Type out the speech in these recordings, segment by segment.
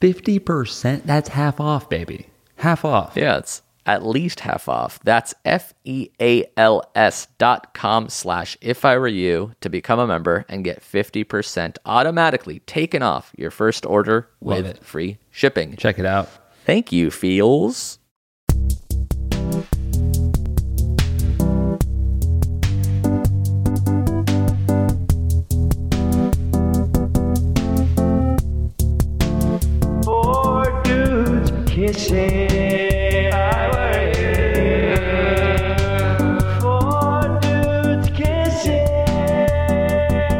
50%, that's half off, baby. Half off. Yeah, it's at least half off. That's F E A L S dot com slash if I were you to become a member and get 50% automatically taken off your first order Love with it. free shipping. Check it out. Thank you, Feels. Four dudes kissing. I were you. Four dudes kissing.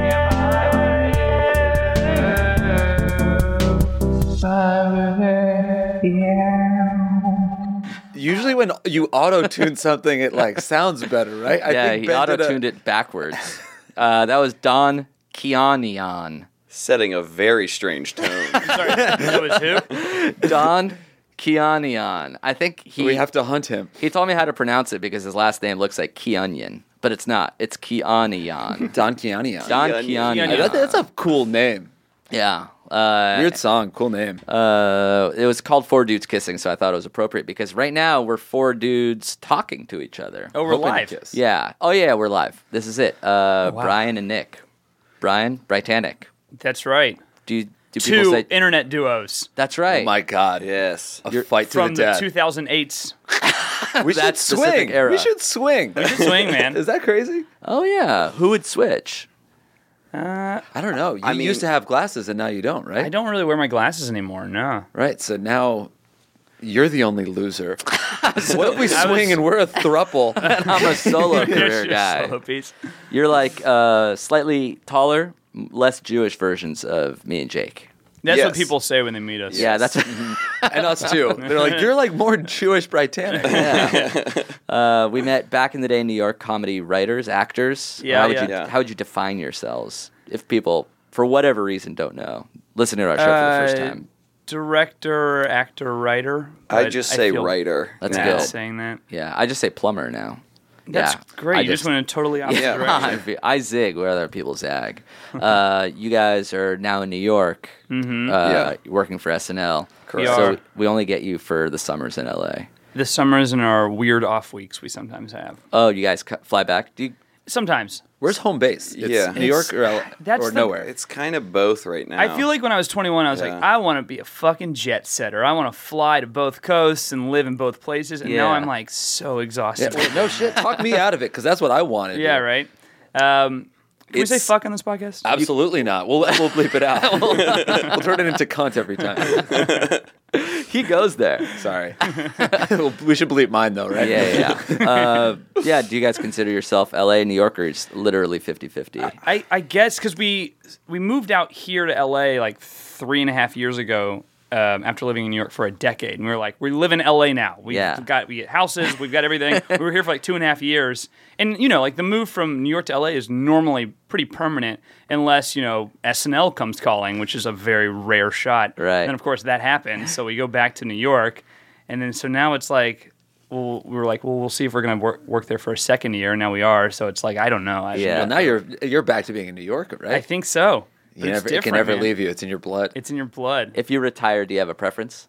I were you. I were you. Usually, when you auto tune something, it like sounds better, right? I yeah, he Ben did auto a- tuned it backwards. uh, that was Don Kianian. setting a very strange tone. Don Kianian. I think he We have to hunt him. he told me how to pronounce it because his last name looks like Kianian, but it's not. It's Kianian. Don Kianian. Don Kianian. Kianian. I thought that's a cool name. Yeah. Uh, Weird song, cool name. uh, it was called Four Dudes Kissing, so I thought it was appropriate because right now we're four dudes talking to each other. Oh, we're live. Yeah. Oh, yeah, we're live. This is it. Uh, Oh, Brian and Nick. Brian, Britannic. That's right. Do, you- do people Two say. internet duos that's right. oh my God. yes. A fight to the from the death. 2008s. we should that specific swing. era. We should swing. Swing man. Is that crazy? oh, yeah. Who would switch? I don't know. You I mean- used to have glasses and now you don't, right? I don't really wear my glasses anymore. No. Right. So now you're the only loser. what if we I swing was- and we're a thruple? I'm a solo career Just guy. solo piece. You're like uh, slightly taller, m- less Jewish versions of me and Jake. That's Yes. what people say when they meet us. Yeah, that's. and us too. They're like, you're like more Jewish Britannic. Uh, we met back in the day in New York comedy writers, actors. Yeah, how would yeah. you Yeah. how would you define yourselves if people for whatever reason don't know? Listen to our show for the first Uh, time. Director, actor, writer. I but just say feel writer. That's bad good. Saying that. Yeah, I just say plumber now. That's yeah, great. I you just, went in a totally opposite Yeah. direction. I fe- I zig where other people zag. Uh, you guys are now in New York, uh, Yeah. working for SNL. Mm-hmm. We So are. we only get you for the summers in LA. The summers and our weird off weeks we sometimes have. Oh, you guys cu- fly back? Do you, Sometimes. Where's home base? It's Yeah. New York or, L- That's or the- nowhere. It's kind of both right now. I feel like when I was 21, I was like, Yeah. I want to be a fucking jet setter. I want to fly to both coasts and live in both places. And now Yeah. I'm like so Yeah, exhausted. well, no shit. Talk me out of it because that's what I wanted. Yeah, right. Um, can we say It's- fuck on this podcast? Absolutely not. We'll we'll bleep it out. we'll turn it into cunt every time. he goes there. Sorry. We'll- we should bleep mine though, right? yeah, yeah. yeah. uh, yeah, do you guys consider yourself LA New Yorkers literally Uh, 50-50? I, I guess because we we moved out here to LA like three and a half years ago um, after living in New York for a decade, and we were like, we live in LA now. We Yeah. got we get houses, we've got everything. we were here for like two and a half years, and you know, like the move from New York to LA is normally pretty permanent, unless you know SNL comes calling, which is a very rare shot. Right. And of course that happened, so we go back to New York, and then so now it's like. Well, we were like, well, we'll see if we're gonna work, work there for a second year, and now we are. So it's like, I don't know. I, Yeah. Well, now you're you're back to being a New Yorker, right? I think so. But it's you never, it can different, never man. leave you. It's in your blood. It's in your blood. If you retire, do you have a preference?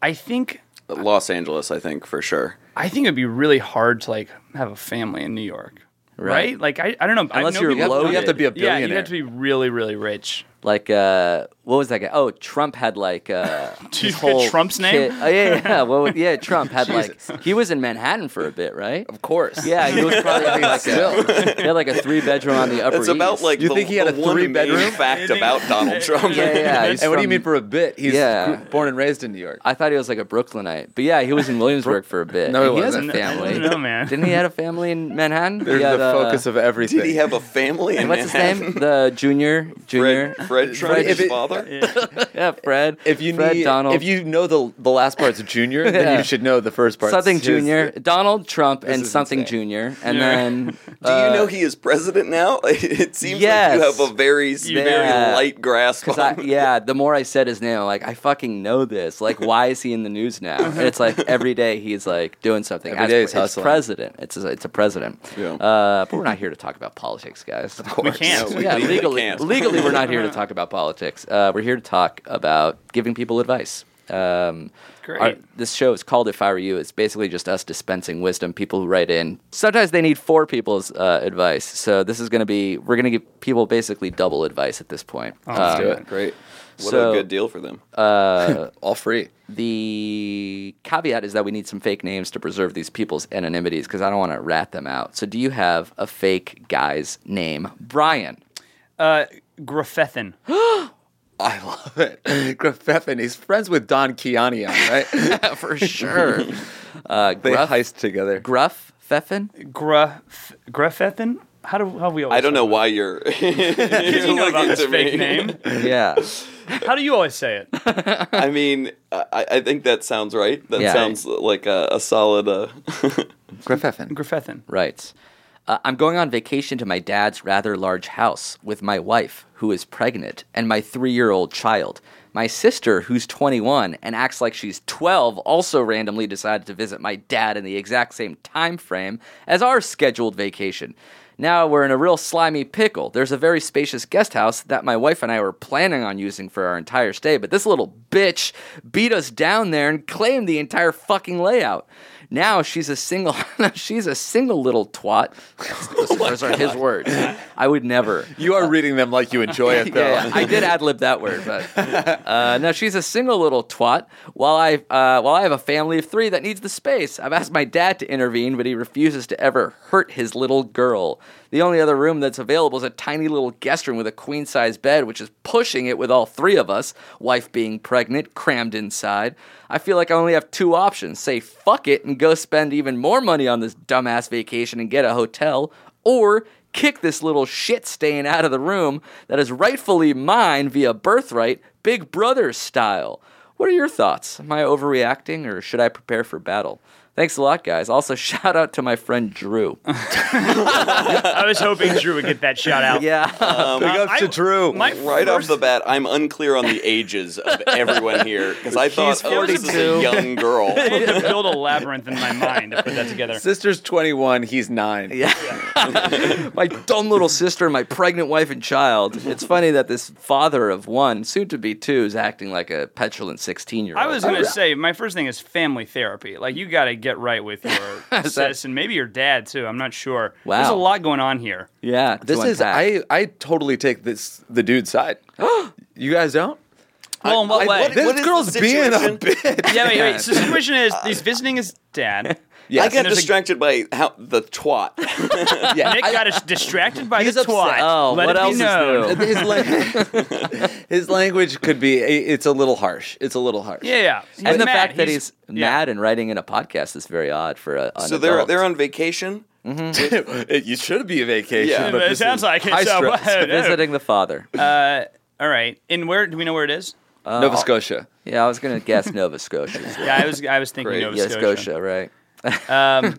I think Uh, Los Angeles, I think for sure. I think it'd be really hard to like have a family in New York, right? Right. Like I, I don't know. I Unless know you're people who You have- loaded. You have to be a Yeah, billionaire. you have to be really, really rich. like uh what was that guy oh trump had like uh you his get whole Trump's name? kit- oh yeah yeah, yeah well yeah trump had like he was in manhattan for a bit right of course. yeah he was probably like a, he had like a three bedroom on the upper It's about East. like You the, think he had the one a main three-bedroom? fact about Donald Trump. yeah yeah And he's what do you from- mean for a bit? He's Yeah. gr- born and raised in New York. i thought he was like a brooklynite but yeah he was in williamsburg for a bit No, he And has a wasn't. family No, man. didn't he had a family in manhattan They're he had, the uh, focus of everything. Did he have a family? in what's his name Manhattan? the junior junior Fred, Fred Trump, If his it- father. yeah fred if you fred need, donald if you know the the last part's junior, then Yeah. you should know the first part. something junior donald trump and is something insane. junior and Yeah. then uh, Do you know he is president now? It seems Yes. like you have a very, very Yeah. light grasp. Because I, on- yeah, the more I said his name, I'm like, I fucking know this. Like, why is he in the news now? And it's like every day he's like doing something. Every day he's it's hustling. president. It's a, it's a president. Yeah. Uh, but we're not here to talk about politics, guys. Of course. can't. No, we Yeah, legally legally, can't. legally, we're not here to talk about politics. Uh, we're here to talk about giving people advice. Um, Great. this show is called If I Were You. It's basically just us dispensing wisdom. People who write in, sometimes they need four people's uh, advice. So this is going to be, we're going to give people basically double advice at this point. Oh. Uh, let's do it. Great. What So- a good deal for them. All free. The caveat is that we need some fake names to preserve these people's anonymities because I don't want to rat them out. So, do you have a fake guy's name? Brian. Uh, Griffethin. I love it. Grafeffin, he's friends with Don Kianian, right? For sure. uh, they Gruff, heist together. Gruff Feffin? Gra Griffethin. How do how we? Always I uh, don't know why you're. You know about this fake name. Yeah. How do you always say it? I mean, I, I think that sounds right. That Yeah. sounds like a, a solid. Uh, Grafeffin. Griffethin. right. Uh, I'm going on vacation to my dad's rather large house with my wife, who is pregnant, and my three year old child. My sister, who's 21 and acts like she's 12, also randomly decided to visit my dad in the exact same time frame as our scheduled vacation. Now we're in a real slimy pickle. There's a very spacious guest house that my wife and I were planning on using for our entire stay, but this little bitch beat us down there and claimed the entire fucking layout. Now she's a single she's a single little twat. Those are his words. I would never. You are reading them like you enjoy it, though. Yeah, yeah, I did ad lib that word, but uh, now she's a single little twat. While I uh, while I have a family of three that needs the space, I've asked my dad to intervene, but he refuses to ever hurt his little girl. The only other room that's available is a tiny little guest room with a queen size bed, which is pushing it with all three of us, wife being pregnant, crammed inside. I feel like I only have two options: say fuck it and go spend even more money on this dumbass vacation and get a hotel, or kick this little shit stain out of the room that is rightfully mine via birthright, Big Brother style. What are your thoughts? Am I overreacting or should I prepare for battle? Thanks a lot, guys. Also, shout out to my friend Drew. I was hoping Drew would get that shout out. Yeah. Big Uh, ups to I- Drew. My right off first, the bat, I'm unclear on the ages of everyone here because I thought, oh, this is a 42. young girl. I had to build a labyrinth in my mind to put that together. Sister's 21, he's nine. Yeah. my dumb little sister, my pregnant wife and child. It's funny that this father of one, soon to be two, is acting like a petulant 16 year old. I was gonna say my first thing is family therapy. Like you got to get right with your sis and maybe your dad too. I'm not sure. There's a Wow. lot going on here. Yeah. This to is, unpack. I, I totally take this the dude's side. you guys don't? Well, in what I- way? what- This is the girl's being a situation? bitch. yeah, wait, wait. So the question is, Uh, he's visiting his dad. I got And there's a- distracted by how the twat. Nick got us distracted by He's the upset. twat. Oh, Let what it else be is known. new? his, la- his language could be, it's a little harsh. It's a little harsh. Yeah, yeah. He's and the mad. fact that he's, yeah. mad and writing in a podcast is very odd for a. An so they're adult. they're on vacation. It- you should be a vacation. Yeah. but It this sounds is like it, high so stress. what? visiting the father. All right. And where do we know where it is? Nova Scotia. Yeah, I was gonna guess Nova Scotia. as well. Yeah, I was I was thinking Great. Nova yeah, Scotia. Scotia, right? Um,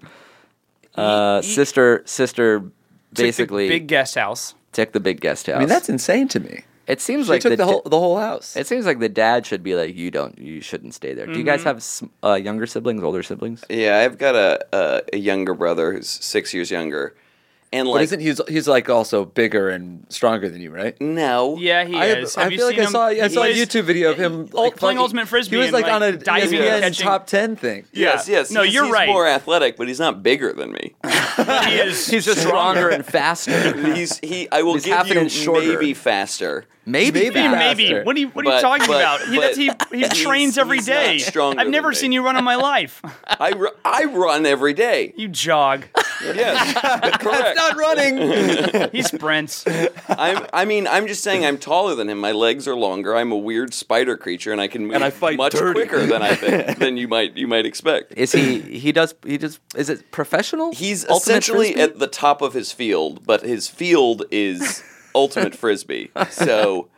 Uh, sister, sister, basically big guest house. took the big guest house. I mean, that's insane to me. it seems She like took the, da- whole the whole house. It seems like the dad should be like, you don't, you shouldn't stay there. Do you Mm-hmm. guys have s- uh, younger siblings, older siblings? Yeah, I've got a, a a younger brother who's six years younger, And But like, isn't he's he's like also bigger and stronger than you, right? no, Yeah, he I, is. Have I you feel like seen I saw him? I saw a He's- YouTube video of him playing like, fucking- ultimate frisbee He was and, like, like, on a E diving and ESPN catching- top ten thing. Yes, yes. No, he's- you're he's right. More athletic, but he's not bigger than me. He is. He's just stronger and faster. He's he. I will He's give half an you inch shorter. maybe faster. Maybe, Maybe faster. Maybe. faster. What are you? What are you But- talking but- about? He, that's, he, but he he's- trains every he's not day. stronger I've than never me. seen you run in my life. I, ru- I run every day. You jog. Yes, correct. Not running. He sprints. I'm, I mean, I'm just saying I'm taller than him. My legs are longer. I'm a weird spider creature, and I can move I fight much dirty. quicker than I think than you might you might expect. Is he? He does. He just. Is it professional? He's Ultimate essentially Frisbee? at the top of his field, but his field is ultimate frisbee. So.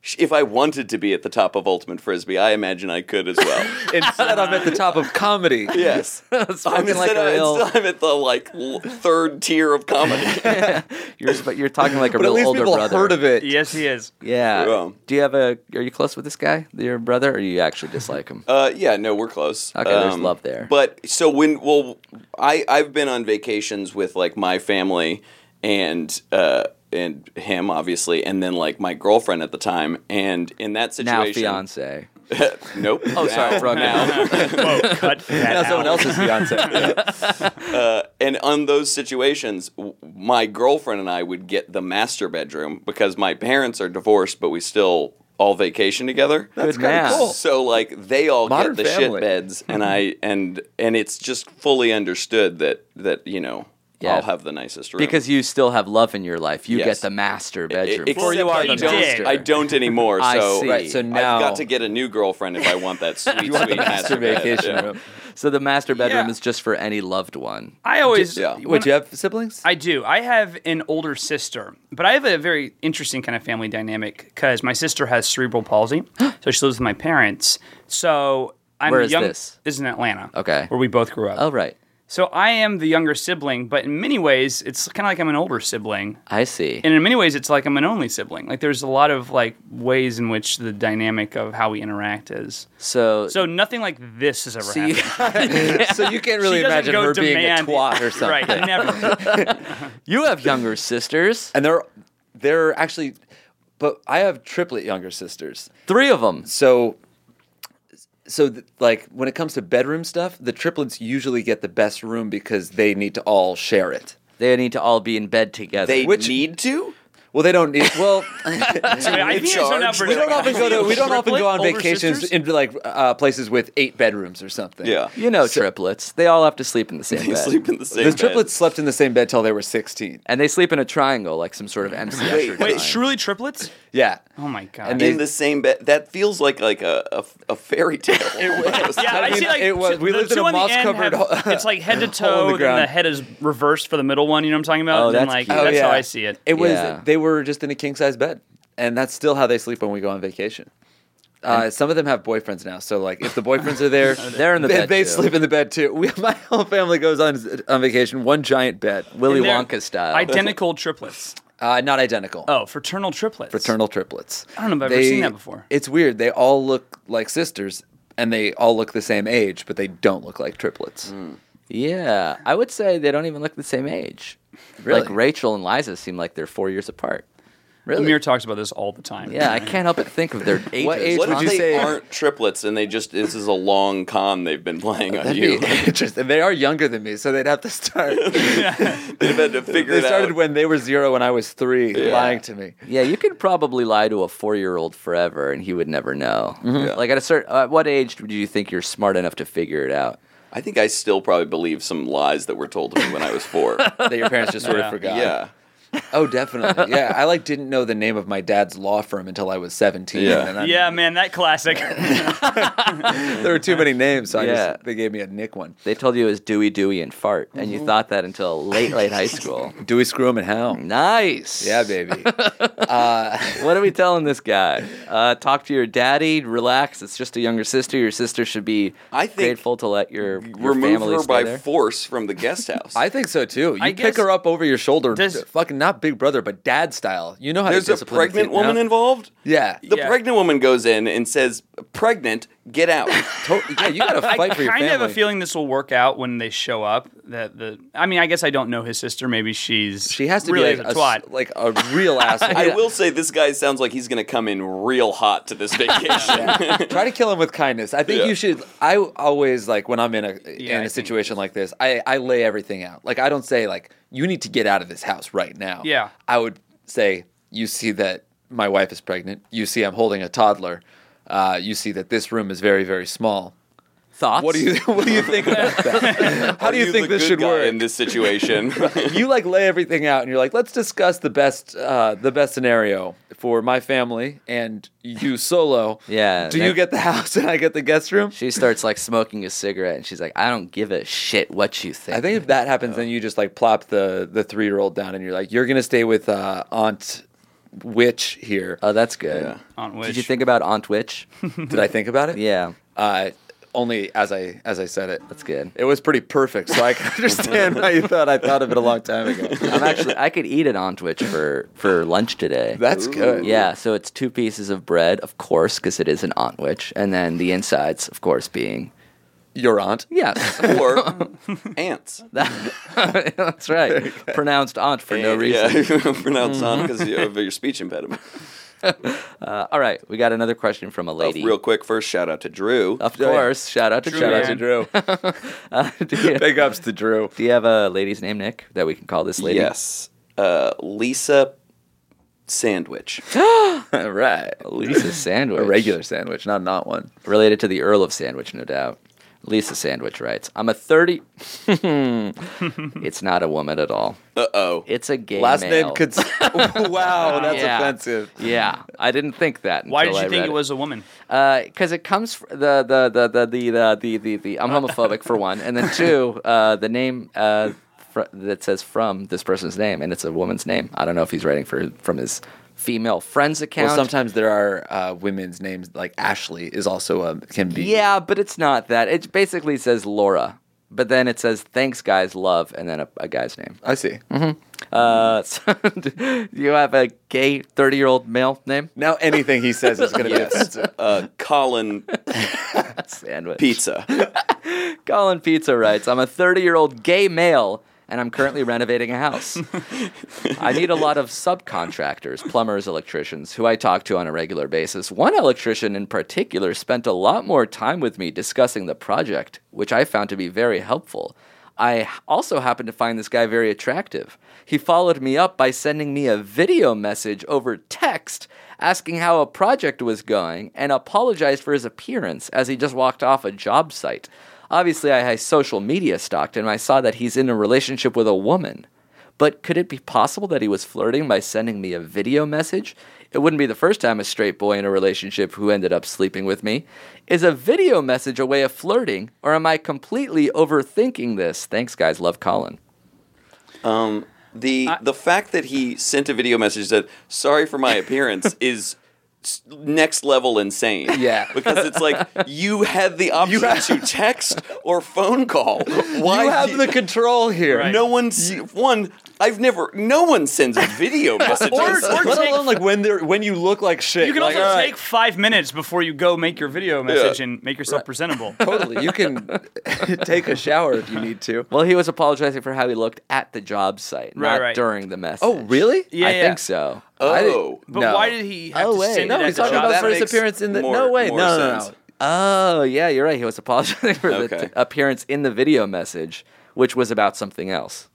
sh- If I wanted to be at the top of Ultimate Frisbee, I imagine I could as well. Instead, I'm at the top of comedy. Yes. It's fucking I'm, like instead a of- real- instead I'm at the like l- third tier of comedy. You're, just- but you're talking like a But real at least older people brother. heard of it. Yes, he is. Yeah. Yeah. Do you have a? Are you close with this guy, your brother, or you actually dislike him? Uh, yeah, no, we're close. Um, Okay, there's love there. But so when well, I I've been on vacations with like my family and uh and him obviously, and then like my girlfriend at the time, and in that now situation, fiance. nope. Oh, sorry, Now- wrong now. guy. Whoa, cut that Now out. someone else's Beyonce. and on those situations, w- my girlfriend and I would get the master bedroom because my parents are divorced, but we still all vacation together. Good man. cool. So like they all Modern get the shit family. beds, and I and and it's just fully understood that that you know Yeah. I'll have the nicest room Because you still have love in your life, you Yes. E-, get the master bedroom. Except Before you I are the don't- master. I don't anymore. So I see. Right, so I've now I've got to get a new girlfriend if I want that sweet you want sweet the master master bed. vacation Yeah. room. so the master bedroom Yeah. is just for any loved one. I always. Yeah. Wait, do you have siblings? I do. I have an older sister, but I have a very interesting kind of family dynamic because my sister has cerebral palsy, so she lives with my parents. So I'm Where the is young. this? is in Atlanta. Okay. where we both grew up. Oh right, So I am the younger sibling, but in many ways, it's kind of like I'm an older sibling, I see. and in many ways, it's like I'm an only sibling. Like there's a lot of like ways in which the dynamic of how we interact is. so, So nothing like this has ever so you, happened. so you can't really She doesn't imagine go her being a demand- twat or something. Right, never. you have younger sisters, And they're they're actually, but I have triplet younger sisters. three of them. So, so th- like when it comes to bedroom stuff, the triplets usually get the best room because they need to all share it. They need to all be in bed together. They Which- need to. Well, they don't need. Well, I think it's charge. not for- we don't often go to we don't often Triplet go on older vacations sisters? into like uh, places with eight bedrooms or something. Yeah. you know, triplets. They all have to sleep in the same You bed, sleep in the same The bed. triplets slept in the same bed till they were sixteen. and they sleep in a triangle, like some sort of MC Escher Wait, triangle. truly triplets? Yeah. Oh my god. And in the same bed. That feels like like a a, a fairy tale. almost. Yeah, I, mean, see. Like it was- two- we the lived in two a on the end moss-covered have- ho- it's like head to hole in toe, the and then ground. the head is reversed for the middle one. You know what I'm talking about? Oh, and then, that's like cute. that's Oh, how yeah. I see it. It was Yeah. they were just in a king size bed, and that's still how they sleep when we go on vacation. Uh, some of them have boyfriends now, so like if the boyfriends are there, They're in the they, bed, They too. sleep in the bed too. We, my whole family goes on on vacation, one giant bed, Willy And they're Wonka style. Identical triplets. uh, not identical. Oh, fraternal triplets. Fraternal triplets. I don't know if I've ever seen that before. It's weird. They all look like sisters, and they all look the same age, but they don't look like triplets. Mm. Yeah, I would say they don't even look the same age. Like Really? Rachel and Liza seem like they're four years apart. Really? Amir talks about this all the time. Yeah, I can't help but think of their ages. What age What would if you they say- aren't triplets and they just this is a long con they've been playing on That'd you? be interesting. They are younger than me, so they'd have to start. They've had to figure they it started out. when they were zero and I was three, lying to me. Yeah, you could probably lie to a four-year-old forever, and he would never know. Mm-hmm. Yeah. Like at a certain, at what age do you think you're smart enough to figure it out? I think I still probably believe some lies that were told to me when I was four. That your parents just sort of forgot. yeah. Oh, definitely. Yeah, I like didn't know the name of my dad's law firm until I was seventeen. Yeah. and then I- Yeah, man, that classic. there were too many names, so I Yeah. just they gave me a nick one. They told you it was Dewey, Dewey, and Fart, and Mm-hmm. you thought that until late, late high school. Do we screw him and Mm. how? Nice. Yeah, baby. What are we telling this guy? Uh, talk to your daddy. Relax. It's just a younger sister. Your sister should be I think grateful to let your, your Remove family her stay by there. force from the guest house. I think so too. You I pick guess- her up over your shoulder, Does- fucking not big brother, but dad style. You know how There's to a discipline pregnant kid now. woman involved. Yeah, The Yeah. pregnant woman goes in and says, pregnant, get out. To- yeah, you gotta I fight for your kind family. of have a feeling this will work out when they show up. That the I mean, I guess I don't know his sister. Maybe she's she has to really be a, like a, s- twat. like a real asshole. I will say this guy sounds like he's going to come in real hot to this vacation. Try to kill him with kindness. I think Yeah. you should. I always like when I'm in a Yeah, I in a think- situation like this. I I lay everything out. Like I don't say like you need to get out of this house right now. Yeah. I would say you see that my wife is pregnant. You see I'm holding a toddler. Uh, you see that this room is very very small. Thoughts? What do you what do you think about that? How Are do you, think the this good should guy work? in this situation? you like lay everything out and you're like let's discuss the best uh, the best scenario for my family and you solo Yeah, do you that- get the house and i get the guest room She starts like smoking a cigarette, and she's like, "I don't give a shit what you think." i think if that happens then you just like plop the the three-year-old down and you're like you're gonna stay with uh, aunt witch here Uh, Oh, that's good. Yeah. Aunt Did Witch. you think about Aunt Witch? did i think about it yeah, uh, only as i as i said it that's good. it was pretty perfect so i can understand why you thought i thought of it a long time ago I'm actually I could eat an Aunt Witch for for lunch today. that's good yeah, so it's two pieces of bread, of course, because it is an Aunt Witch, and then the insides, of course, being your aunt yes, or ants. that- that's right, pronounced Aunt for no reason. Mm-hmm. Yeah, pronounced on because of your speech impediment. All right, we got another question from a Oh, lady. real quick, first shout out to Drew. Of course, shout out to Drew Drew. Uh, shout out man. to drew Do you, big ups to drew do you have a lady's name, Nick, that we can call this lady? Yes, uh, Lisa Sandwich. all right Lisa Sandwich. A regular sandwich, not not one. related to the Earl of Sandwich, no doubt. Lisa Sandwich writes, "I'm a 30. it's not a woman at all. Uh oh. It's a gay Last male. name could. wow, that's Yeah. offensive. Yeah, oh, I didn't think that. Why did until you I think read it was a woman? Because it comes fr- the the the the the the the, the, the I'm homophobic for one, and then two, uh, the name uh, fr- that says from this person's name, and it's a woman's name. I don't know if he's writing for from his female friend's account. Well, sometimes there are uh, women's names like Ashley is also a can be. Yeah, but it's not that. It basically says Laura, but then it says thanks guys, love, and then a, a guy's name. I see. Uh, so do you have a gay thirty-year-old male name? Now anything he says is going to Yes. be offensive. Uh, Colin Sandwich. Pizza. Colin Pizza writes, I'm a 30 year old gay male and I'm currently renovating a house. I need a lot of subcontractors, plumbers, electricians, who I talk to on a regular basis. One electrician in particular spent a lot more time with me discussing the project, which I found to be very helpful. I also happened to find this guy very attractive. He followed me up by sending me a video message over text asking how a project was going and apologized for his appearance as he just walked off a job site. Obviously, I had social media stalked and I saw that he's in a relationship with a woman. But could it be possible that he was flirting by sending me a video message? It wouldn't be the first time a straight boy in a relationship who ended up sleeping with me. Is a video message a way of flirting, or am I completely overthinking this? Thanks, guys. Love Colin. The the fact that he sent a video message that sorry for my appearance is s- next level insane. Yeah. because it's like you had the option to text or phone call. Why You have di- the control here. Right. no one's one? I've never. No one sends video messages. or Let take- alone like when they are when you look like shit. You can like, also all right, take five minutes before you go make your video message and make yourself presentable. totally. You can take a shower if you need to. Well, he was apologizing for how he looked at the job site, not Right, right. during the message. Oh really? Yeah, I yeah. think so. I didn't- oh, But No. why did he have Oh, to wait. send No, it at he's the talking job about That site? first makes appearance in the. no more- wait, no, more no, no, sense. Oh, yeah, you're right. He was apologizing for the Okay. t- appearance in the video message, which was about something else.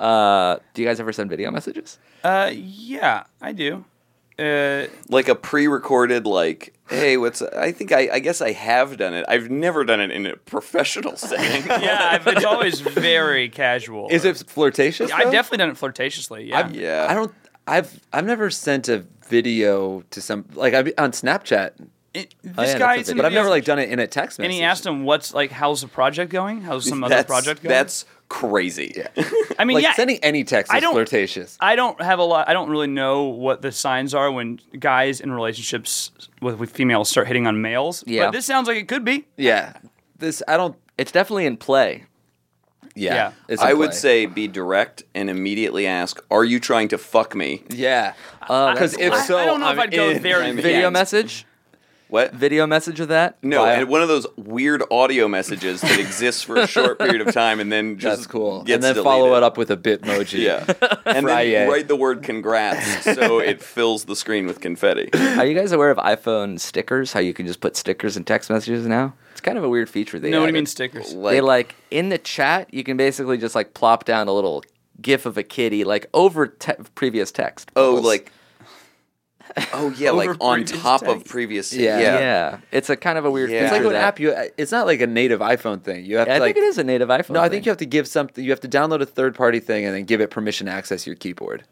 Uh, do you guys ever send video messages? Uh, yeah, I do. Uh, like a pre-recorded like hey what's i think i i guess i have done it i've never done it in a professional setting yeah, I've- it's always very casual. Is it flirtatious? I've though? definitely done it flirtatiously. Yeah. I've- Yeah. I don't. I've I've never sent a video to some like I on Snapchat, Oh, It- this yeah, that's guy, what they it's in but I've the never video- like done it in a text message. And he asked him, "What's like? How's the project going? How's some other that's, project going?" that's crazy I mean, like yeah. sending any text I is don't- flirtatious. I don't have a lot. I don't really know what the signs are when guys in relationships with, with females start hitting on males. Yeah. But this sounds like it could be. yeah, this I don't. It's definitely in play. Yeah, Yeah. it's in i would play. say be direct and immediately ask are you trying to fuck me yeah, Oh, because if I- so, I don't know I'm if I'd go in. there. I'm yet. video message. What? video message of that? No, Via- and one of those weird audio messages that exists for a short period of time and then just That's cool. Gets and then deleted. follow it up with a Bitmoji. Yeah, and then Friday. you write the word "congrats" so it fills the screen with confetti. Are you guys aware of iPhone stickers? How you can just put stickers in text messages now? It's kind of a weird feature. They No, what do you added. mean stickers? they like in the chat. You can basically just like plop down a little gif of a kitty like over te- previous text. Oh, bubbles. like oh yeah, like Over on previous top of text. previous. Yeah. yeah. it's a kind of a weird. Yeah. It's feature like an that- app. You, it's not like a native iPhone thing. You have I to like. think it is a native iPhone. No, I think you have to give something. You have to download a third party thing and then give it permission to access your keyboard.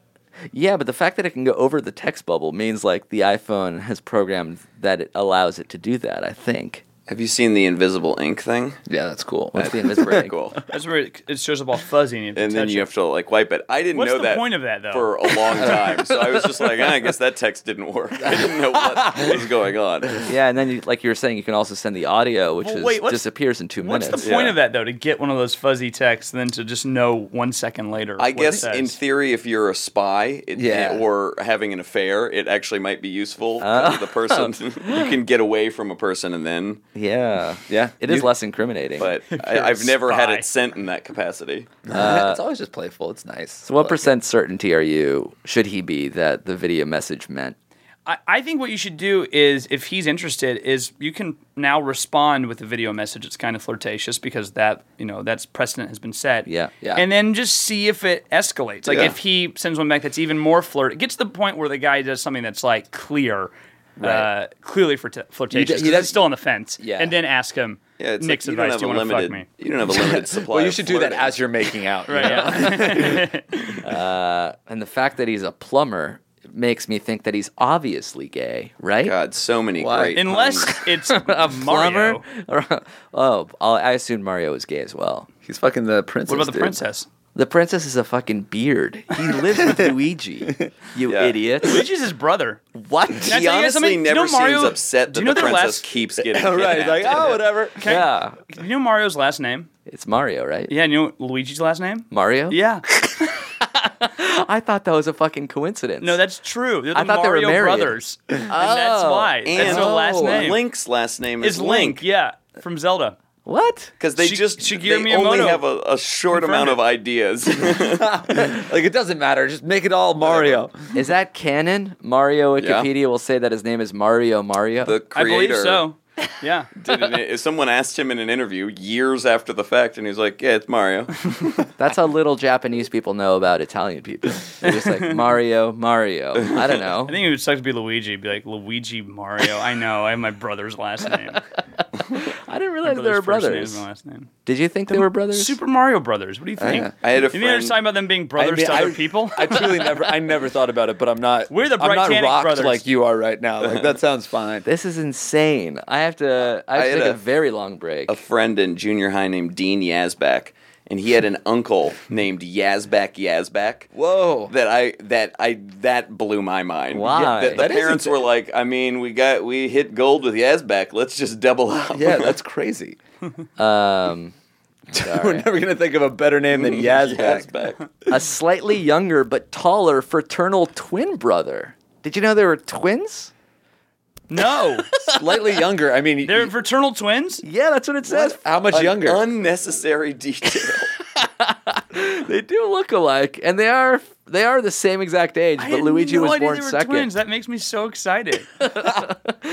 Yeah, but the fact that it can go over the text bubble means like the iPhone has programmed that it allows it to do that. I think. Have you seen the invisible ink thing? Yeah, that's cool. Uh, What's the invisible Pretty ink? cool. That's where it, it shows up all fuzzy, and you have to And then touch you it. have to like wipe it. I didn't What's know the that point of that, though? for a long time. So I was just like, "Ah, I guess that text didn't work. I didn't know what was going on. Yeah, and then you, like you were saying, you can also send the audio, which Well, is, wait, what's- disappears in two What's minutes. the point Yeah. of that though? To get one of those fuzzy texts, and then to just know one second later. I what it guess in says. theory, if you're a spy it, Yeah. Uh. or having an affair, it actually might be useful. to the person you can get away from a person, and then. Yeah, Yeah, it is you- less incriminating. But you're a I, I've never had spy. it sent in that capacity. it's always just playful. It's nice. so, what percent certainty are you? Should he be that the video message meant? I, I think what you should do is, if he's interested, is you can now respond with a video message. It's kind of flirtatious because that you know that's precedent has been set. Yeah, yeah. And then just see if it escalates. Like Yeah. if he sends one back that's even more flirt, it gets to the point where the guy does something that's like clear, uh, clearly flirt- flirtatious. he 'cause does- it's still on the fence. Yeah. And then ask him. Yeah, it's Nick's like, you advice. do you don't have a want to fuck limited. me? You don't have a limited supply. Well, you of should do that flirting. as you're making out. Right. Yeah. And the fact that he's a plumber makes me think that he's obviously gay, right? God, so many Why? great. puns. Unless it's a Plumber? Mario. oh, I'll, I assume Mario is gay as well. He's fucking the princess. What about the dude. princess? The princess is a fucking beard. He lives with Luigi. You Yeah. idiot. Luigi's his brother. What? Can I he tell you guys honestly something? You never know Mario- seems do upset that you know the their princess last- keeps getting right. kidnapped. Like, oh, whatever. Yeah. You know Mario's last name? It's Mario, right? Yeah, you know Luigi's last name? Mario? Yeah. I thought that was a fucking coincidence. No, that's true. They're the I thought they were Mario married. brothers. and that's why. Oh, and that's their last name. Link's last name is is Link. Yeah, from Zelda. What? Because they Shi- just Shigeru they only Miyamoto have a, a short amount confirmed of ideas. Like it doesn't matter. Just make it all Mario. Is that canon? Mario Yeah. Wikipedia will say that his name is Mario Mario. the I believe creator, so. Yeah. did an, someone asked him in an interview years after the fact, and he's like, "Yeah, it's Mario." That's how little Japanese people know about Italian people. They're just like Mario Mario. I don't I know. think it would suck to be Luigi. Be like Luigi Mario. I know. I have my brother's last name. I didn't realize they were Brother's first name brothers. is my last name. Did you think they were brothers? Super Mario Brothers. What do you think? I had a you mean they're friend- talking about them being brothers mean, to other I- people? I truly never. I never thought about it, but I'm not. We're the I'm not Britannic rocked brothers. like you are right now. Like that sounds fine. This is insane. I have to. I have I to had take a, a- very long break. a friend in junior high named Dean Yazback, and he had an uncle named Yazback Yazback. Whoa. That I that I that blew my mind. Why? That the That is parents were insane. like, I mean, we got we hit gold with Yazback. Let's just double up. Yeah, that's crazy. um, We're never gonna think of a better name than Yazbek. Yazback. a slightly younger but taller fraternal twin brother. Did you know they were twins? no. Slightly younger. I mean, They're you- fraternal twins? Yeah, that's what it says. how much An younger? Unnecessary detail. They do look alike, and they are they are the same exact age. I but had Luigi no was idea born they were second. Twins. That makes me so excited.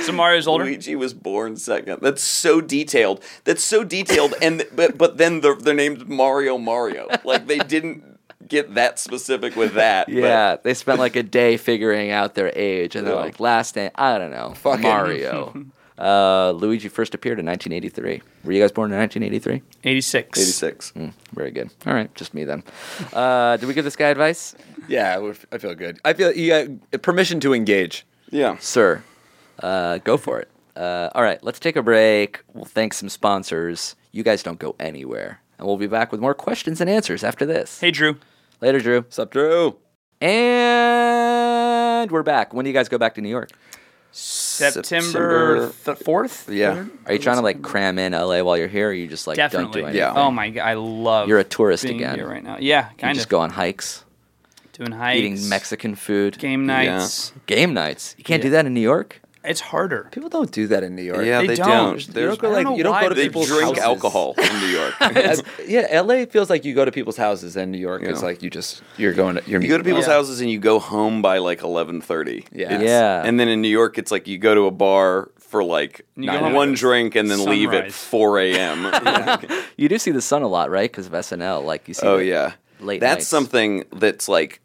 so Mario's older. Luigi was born second. That's so detailed. That's so detailed. And but but then the, their name's Mario Mario. Like they didn't get that specific with that. but- Yeah, they spent like a day figuring out their age, and they're Yeah. like, last name, I don't know, Fucking- Mario. uh, Luigi first appeared in 1983. Were you guys born in 1983? 86. 86. Very good. All right, just me then. Uh, did we give this guy advice, yeah, we're, I feel good. I feel you got permission to engage. Yeah. sir? Uh, go for it. Uh, all right, let's take a break. We'll thank some sponsors. You guys don't go anywhere, and we'll be back with more questions and answers after this. Hey, Drew. Later, Drew. Sup, Drew? And we're back. When do you guys go back to New York? September th- 4th? Yeah. Are you trying to like cram in LA while you're here? Or you just like Definitely. don't do anything? Yeah. Oh, my God. I love You're a tourist being again. here right now. Yeah, You kind just of. go on hikes, Doing hikes. eating Mexican food, Game nights. game nights. You can't do Yeah. that in New York. it's harder. People don't do that in New York. Yeah, They they, don't. don't. They There's- You don't go like know you don't why go to they people's drink houses. alcohol in New York. Uh, yeah, LA feels like you go to people's houses, and New York it's Yeah. like you just you're going. To, you're you go to people's Yeah. houses and you go home by like 11:30. Yeah. It's- Yeah. And then in New York it's like you go to a bar for like You go home one at drink and then leave at sunrise. 4 a.m. You do see the sun a lot, right? Because of SNL. Like you see. Oh the- yeah, late That's nights. something that's like,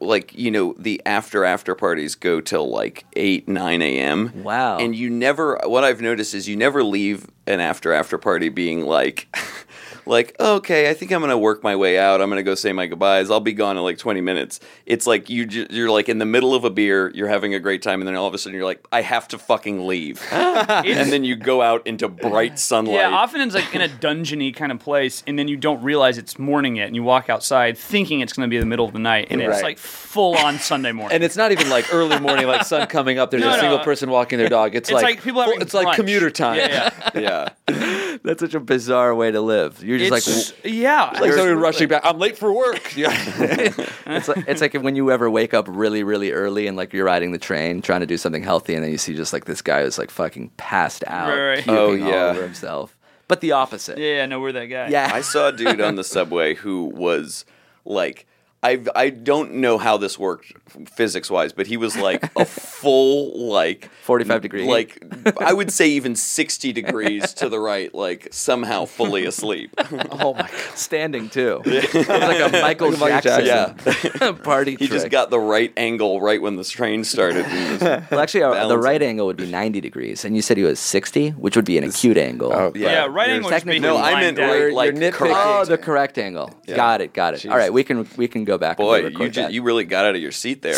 like you know, the after after parties go till like eight nine a.m. Wow. And you never. What I've noticed is you never leave an after after party being like. Like okay, I think I'm gonna work my way out. I'm gonna go say my goodbyes. I'll be gone in like 20 minutes. It's like you ju- you're like in the middle of a beer. You're having a great time, and then all of a sudden you're like, I have to fucking leave. and then you go out into bright sunlight. Yeah, often it's like in a dungeony kind of place, and then you don't realize it's morning yet, and you walk outside thinking it's going to be the middle of the night, and it's Right. like full on Sunday morning. And it's not even like early morning, like sun coming up. There's No, a no. single person walking their dog. It's, It's like people having it's like brunch. commuter time. yeah, yeah. yeah. That's such a bizarre way to live. You're just like It's- yeah, Like somebody rushing back. I'm late for work. Yeah. it's like it's like when you ever wake up really really early and like you're riding the train trying to do something healthy and then you see just like this guy who's like fucking passed out Right, right. puking Oh, yeah. all over himself but the opposite yeah, yeah, no, we're that guy. Yeah. I saw a dude on the subway who was like, I I don't know how this worked physics wise, but he was like a full like 45 degree like I would say even sixty degrees to the right, like somehow fully asleep. oh my god standing too it's like a Michael Jackson, party He trick just got the right angle right when the train started. and he was- well actually uh, the balanced. right angle would be 90 degrees and you said he was 60 which would be an acute angle oh, yeah, Yeah, right you're angle would just be technically- No, I lying meant down. where- Like you're nitpicking. correct. Oh, the correct angle. Got it. Got it. All right, we can we can go back. and boy, re-record you just, that. you really got out of your seat there.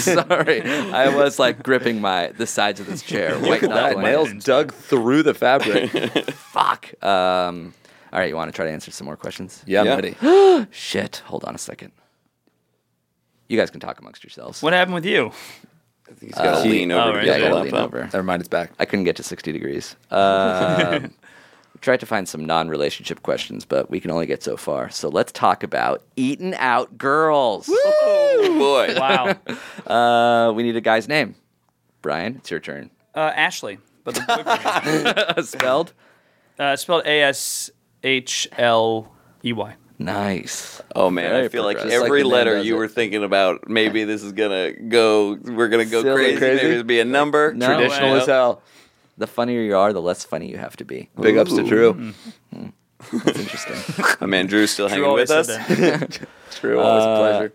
Sorry, I was like gripping my the sides of this chair. Wait, That nails dug through the fabric. Fuck. Um, all right, you want to try to answer some more questions? Yeah, I'm Yeah. ready. Shit. Hold on a second. You guys can talk amongst yourselves. What happened with you? He's got to lean over oh, to right, Yeah, I get the gotta lamp lean up. over. Never mind, it's back. I couldn't get to 60 degrees. Um, tried to find some non-relationship questions, but we can only get so far. So let's talk about eating out girls. Oh boy, Wow, Uh, we need a guy's name. Brian, it's your turn. uh, Ashley, but the boyfriend, Spelled. uh, spelled A S H L E Y. Nice. Oh man, Very I feel like progressive. every Just like the man letter does you it. were thinking about, maybe this is gonna go, we're gonna go Silly crazy. crazy. Maybe it'll be a number. No Traditional way. as hell. The funnier you are, the less funny you have to be. Big ups to Drew. That's interesting. My man Drew's still hanging with us. Drew, always a pleasure.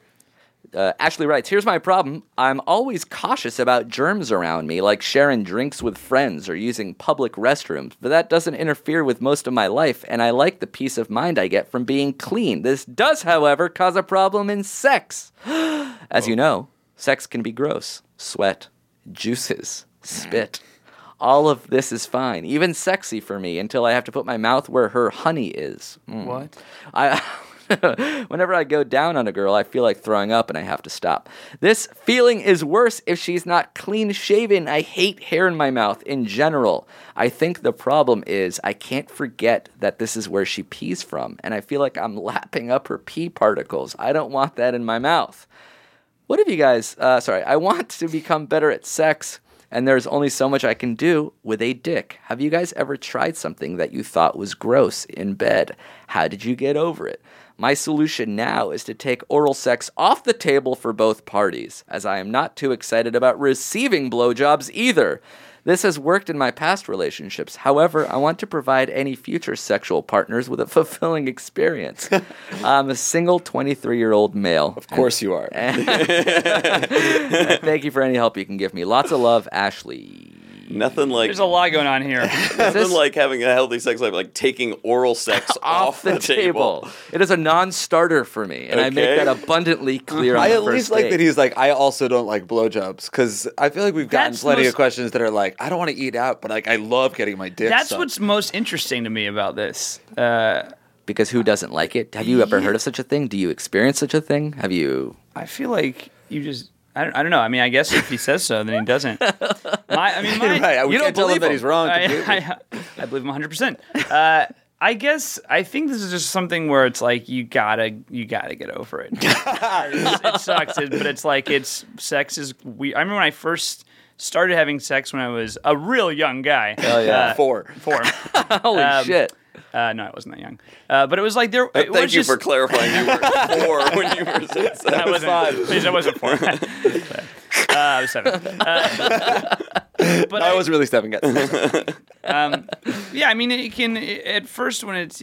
Uh, Ashley writes, here's my problem. I'm always cautious about germs around me, like sharing drinks with friends or using public restrooms, but that doesn't interfere with most of my life, and I like the peace of mind I get from being clean. This does, however, cause a problem in sex. As you know, sex can be gross sweat, juices, spit. All of this is fine, even sexy for me, until I have to put my mouth where her honey is. Mm. What? I whenever I go down on a girl, I feel like throwing up and I have to stop. This feeling is worse if she's not clean shaven. I hate hair in my mouth in general. I think the problem is I can't forget that this is where she pees from, and I feel like I'm lapping up her pee particles. I don't want that in my mouth. What have you guys? Uh, sorry, I want to become better at sex, and there's only so much I can do with a dick. Have you guys ever tried something that you thought was gross in bed? How did you get over it? My solution now is to take oral sex off the table for both parties, as I am not too excited about receiving blowjobs either. This has worked in my past relationships. However, I want to provide any future sexual partners with a fulfilling experience. I'm a single 23 year old male. Of course you are. Thank you for any help you can give me. Lots of love, Ashley. Nothing like There's a lot going on here. nothing this- like having a healthy sex life, like taking oral sex off, the, table. It is a non-starter for me, and I make Okay. that abundantly clear. On I the at least first like that date. he's like, I also don't like blowjobs because I feel like we've gotten That's the plenty most- of questions that are like, I don't want to eat out, but like I love getting my dick. That's sucked. what's most interesting to me about this. Uh, because who doesn't like it? Have you ever heard of such a thing? Do you experience such a thing? Have you? I feel like you just. I don't, I don't know. I mean, I guess if he says so, then he doesn't. My, I mean, my, right. We You don't can't tell him believe that him. he's wrong. completely. I, I, I believe him 100%. Uh, I guess I think this is just something where it's like you gotta you gotta get over it. It's- it sucks, it, but it's like it's sex is we. I remember when I first started having sex when I was a real young guy. Uh, Oh yeah, four. Four. Holy Um, shit. Uh, no, I wasn't that young. Uh, but it was like there. it Thank was you just, for clarifying. You were four when you were six. I wasn't, Please, I wasn't four. uh, I was seven. Uh, but I I- was really stepping at. yeah, I mean, it can at first when it's